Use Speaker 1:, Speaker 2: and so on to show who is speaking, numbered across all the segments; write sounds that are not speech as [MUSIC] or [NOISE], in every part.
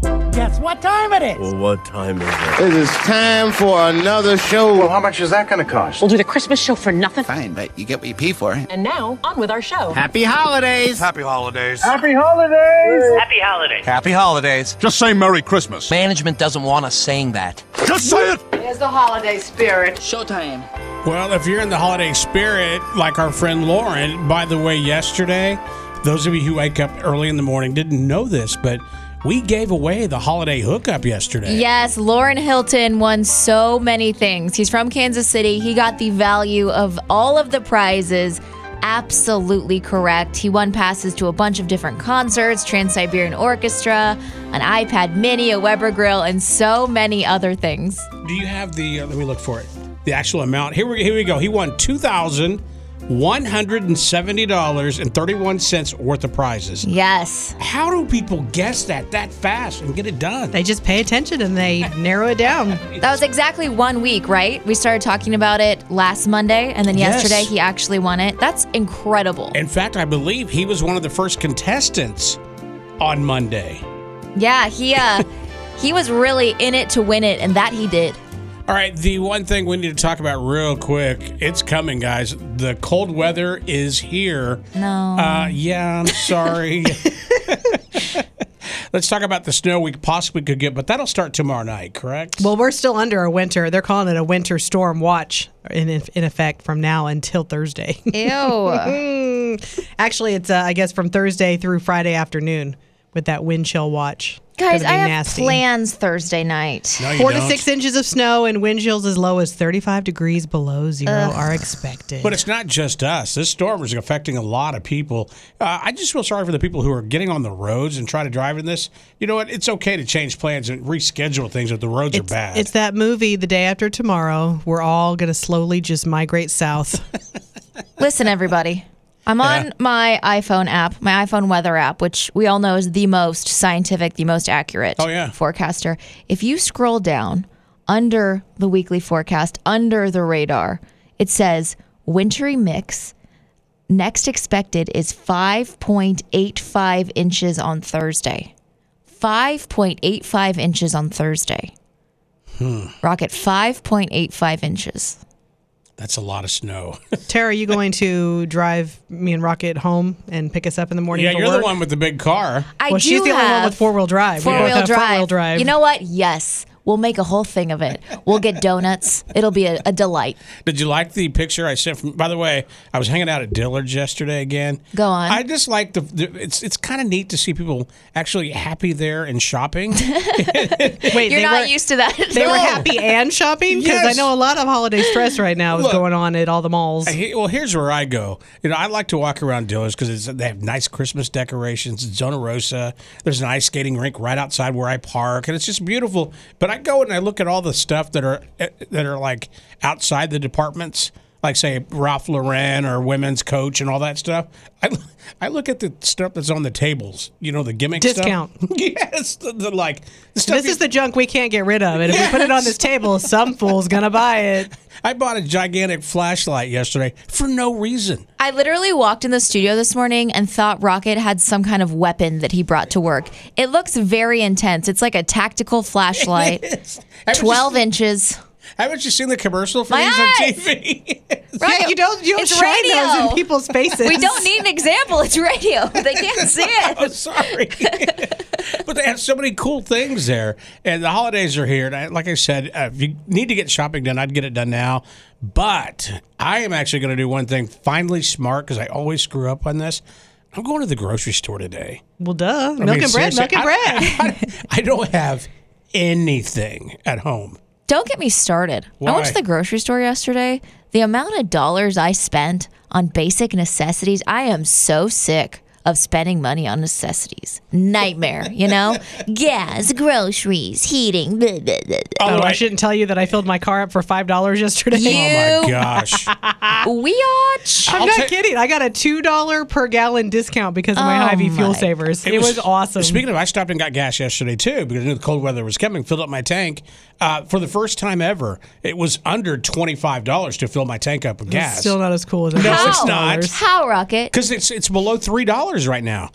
Speaker 1: Guess what time it is?
Speaker 2: Well, what time is it?
Speaker 3: It is time for another show.
Speaker 4: Well, how much is that going to cost?
Speaker 5: We'll do the Christmas show for nothing.
Speaker 6: Fine, but you get what you pay for.
Speaker 5: And now, on with our show.
Speaker 1: Happy holidays!
Speaker 7: Happy holidays.
Speaker 4: Happy holidays!
Speaker 8: Happy holidays.
Speaker 7: Happy holidays.
Speaker 2: Just say Merry Christmas.
Speaker 9: Management doesn't want us saying that.
Speaker 2: Just say it!
Speaker 10: There's the holiday spirit.
Speaker 9: Showtime.
Speaker 11: Well, if you're in the holiday spirit, like our friend Lauren, by the way, yesterday, those of you who wake up early in the morning didn't know this, but we gave away the holiday hookup yesterday.
Speaker 12: Yes, Lauren Hilton won so many things. He's from Kansas City. He got the value of all of the prizes absolutely correct. He won passes to a bunch of different concerts, Trans Siberian Orchestra, an iPad mini, a Weber grill, and so many other things.
Speaker 11: Do you have the, uh, let me look for it, the actual amount? Here we, here we go. He won $2,170.31 worth of prizes.
Speaker 12: Yes.
Speaker 11: How do people guess that that fast and get it done?
Speaker 13: They just pay attention and they narrow it down.
Speaker 12: That was exactly one week, right? We started talking about it last Monday, and then
Speaker 11: Yes.
Speaker 12: yesterday he actually won it. That's incredible.
Speaker 11: in fact, I believe he was one of the first contestants on Monday.
Speaker 12: Yeah, he uh [LAUGHS] he was really in it to win it and that he did.
Speaker 11: All right, the one thing we need to talk about real quick, it's coming, guys. The cold weather is here.
Speaker 12: No.
Speaker 11: Uh, yeah,
Speaker 13: [LAUGHS]
Speaker 11: I'm sorry. Let's talk about the snow we possibly could get, but that'll start tomorrow night, correct?
Speaker 13: Well, we're still under a winter. They're calling it a winter storm watch in, in effect from now until Thursday. [LAUGHS]
Speaker 12: Ew.
Speaker 13: Actually, it's, uh, I guess, from Thursday through Friday afternoon with that wind chill watch. It's
Speaker 12: Guys,
Speaker 13: gonna
Speaker 12: I
Speaker 13: be
Speaker 12: have
Speaker 13: nasty.
Speaker 12: plans Thursday night.
Speaker 11: No, you
Speaker 13: Four to
Speaker 11: don't.
Speaker 13: six inches of snow and wind chills as low as 35 degrees below zero are expected.
Speaker 11: But it's not just us. This storm is affecting a lot of people. Uh, I just feel sorry for the people who are getting on the roads and trying to drive in this. You know what? It's okay to change plans and reschedule things if the roads
Speaker 13: it's,
Speaker 11: are bad.
Speaker 13: it's that movie, The Day After Tomorrow. We're all going to slowly just migrate south. [LAUGHS]
Speaker 12: Listen everybody. I'm on my iPhone app, my iPhone weather app, which we all know is the most scientific, the most accurate
Speaker 11: Oh, yeah.
Speaker 12: forecaster. If you scroll down under the weekly forecast, under the radar, it says wintry mix. Next expected is 5.85 inches on Thursday. 5.85 inches on Thursday.
Speaker 13: Hmm.
Speaker 12: Rocket 5.85 inches.
Speaker 11: That's a lot of snow.
Speaker 13: Tara, are you going to drive me and Rocket home and pick us up in the morning?
Speaker 11: yeah,
Speaker 13: for
Speaker 11: you're
Speaker 13: work?
Speaker 11: the one with the big car.
Speaker 12: I
Speaker 13: Well,
Speaker 12: do
Speaker 13: she's the only
Speaker 12: have
Speaker 13: one with four-wheel drive. We
Speaker 12: Four
Speaker 13: don't
Speaker 12: wheel
Speaker 13: have
Speaker 12: drive.
Speaker 13: four-wheel drive.
Speaker 12: You know what? Yes, we'll make a whole thing of it. We'll get donuts. It'll be a, a delight.
Speaker 11: Did you like the picture I sent from? By the way, I was hanging out at Dillard's yesterday again.
Speaker 12: Go on.
Speaker 11: I just like the. the it's it's kind of neat to see people actually happy there and shopping.
Speaker 12: [LAUGHS]
Speaker 11: Because
Speaker 13: Wait,
Speaker 12: You're
Speaker 13: they
Speaker 12: not
Speaker 13: were,
Speaker 12: used to that.
Speaker 13: They were happy and shopping because
Speaker 11: Yes.
Speaker 13: I know a lot of holiday stress right now is
Speaker 11: Look.
Speaker 13: going on at all the malls.
Speaker 11: well, here's where I go. You know, I like to walk around Dillard's because they have nice Christmas decorations. It's Zona Rosa. There's an ice skating rink right outside where I park, and it's just beautiful. But I go and I look at all the stuff that are eh, that are like outside the departments. Like say Ralph Lauren or women's coach and all that stuff. I, I look at the stuff that's on the tables. You know the gimmick
Speaker 13: Discount.
Speaker 11: Stuff. [LAUGHS] yes, the, the, like the stuff
Speaker 13: This
Speaker 11: you-
Speaker 13: is the junk we can't get rid of, and if we put it on this table, some fool's gonna buy
Speaker 11: [LAUGHS]
Speaker 13: it.
Speaker 11: I bought a gigantic flashlight yesterday for no reason.
Speaker 12: I literally walked in the studio this morning and thought Rocket had some kind of weapon that he brought to work. It looks very intense. It's like a tactical
Speaker 13: [LAUGHS]
Speaker 11: [LAUGHS]
Speaker 12: flashlight,
Speaker 11: Haven't you
Speaker 12: 12
Speaker 11: seen-
Speaker 12: inches.
Speaker 11: Haven't you seen the commercial for
Speaker 12: My eyes!
Speaker 11: these on TV?
Speaker 12: Rocket,
Speaker 13: Yeah, you don't you don't
Speaker 12: it's
Speaker 13: shine
Speaker 12: radio.
Speaker 13: those in people's faces.
Speaker 12: We don't need an example. It's radio. They can't see
Speaker 13: [LAUGHS]
Speaker 11: [LAUGHS] I'm
Speaker 12: it.
Speaker 11: sorry. [LAUGHS] but they have so many cool things there, and the holidays are here. And I, like I said, uh, if you need to get shopping done, I'd get it done now. But I am actually going to do one thing finally smart because I always screw up on this. I'm going to the grocery store today.
Speaker 13: Well, duh, milk
Speaker 11: I mean,
Speaker 13: and bread,
Speaker 11: seriously,
Speaker 13: milk and bread.
Speaker 11: I, [LAUGHS] I- I don't have anything at home.
Speaker 12: Don't get me started. I went
Speaker 11: Why?
Speaker 12: to the grocery store yesterday. The amount of dollars I spent on basic necessities, I am so sick of spending money on necessities. Nightmare, you know? Gas, groceries, heating. Blah, blah, blah, blah.
Speaker 13: oh,
Speaker 11: Although
Speaker 13: I shouldn't tell you that I filled my car up for five dollars yesterday.
Speaker 11: Oh my
Speaker 12: You
Speaker 11: gosh!
Speaker 12: weotch.
Speaker 13: I'm
Speaker 11: I'll
Speaker 13: not
Speaker 11: ta-
Speaker 13: kidding. I got a two dollar per gallon discount because of my
Speaker 12: Oh
Speaker 13: Hy-Vee fuel
Speaker 12: my-
Speaker 13: savers. It, was, awesome.
Speaker 11: Speaking of, I stopped and got gas yesterday too because I knew the cold weather was coming. Filled up my tank uh, for the first time ever. It was under twenty five dollars to fill my tank up with gas.
Speaker 13: Still not as cool as I
Speaker 11: No,
Speaker 13: thought.
Speaker 11: it's not.
Speaker 12: How, Rocket?
Speaker 13: [SIGHS]
Speaker 11: because it's it's below three dollars right now.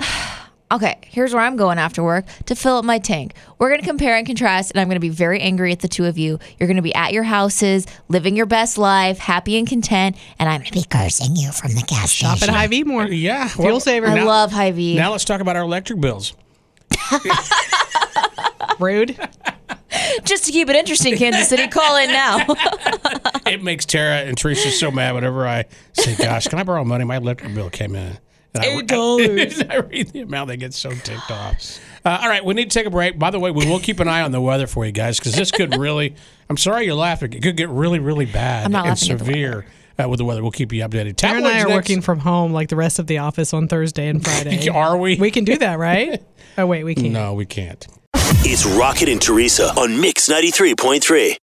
Speaker 12: okay, here's where I'm going after work to fill up my tank. We're going to compare and contrast, and I'm going to be very angry at the two of you. You're going to be at your houses, living your best life, happy and content, and I'm going to be cursing you from the gas
Speaker 13: Shop at
Speaker 12: station.
Speaker 13: Hy-Vee more.
Speaker 11: Yeah,
Speaker 13: Fuel
Speaker 11: well,
Speaker 13: saver.
Speaker 12: I
Speaker 11: Now-
Speaker 12: love Hy-Vee.
Speaker 11: Now let's talk about our electric bills.
Speaker 13: Rude.
Speaker 12: Just to keep it interesting, Kansas City, call in now.
Speaker 11: It makes Tara and Teresa so mad whenever I say, "Gosh, can I borrow money? My electric bill came in." And I- [LAUGHS]
Speaker 13: $8.
Speaker 11: I read the amount. They get so ticked off. Uh, all right, we need to take a break. By the way, we will keep an eye on the weather for you guys because this could really. I'm sorry you're laughing. It could get really, really bad
Speaker 12: I'm not
Speaker 11: and
Speaker 12: laughing at the
Speaker 11: severe uh, with the weather. We'll keep you updated.
Speaker 13: Aaron and I
Speaker 11: Tabloids
Speaker 13: are
Speaker 11: next.
Speaker 13: working from home like the rest of the office on Thursday
Speaker 11: [LAUGHS]
Speaker 13: and Friday.
Speaker 11: Are we?
Speaker 13: We can do that,
Speaker 11: [LAUGHS]
Speaker 13: right? oh wait, we can't.
Speaker 11: No, we can't.
Speaker 6: It's Rocket and Teresa on Mix 93.3.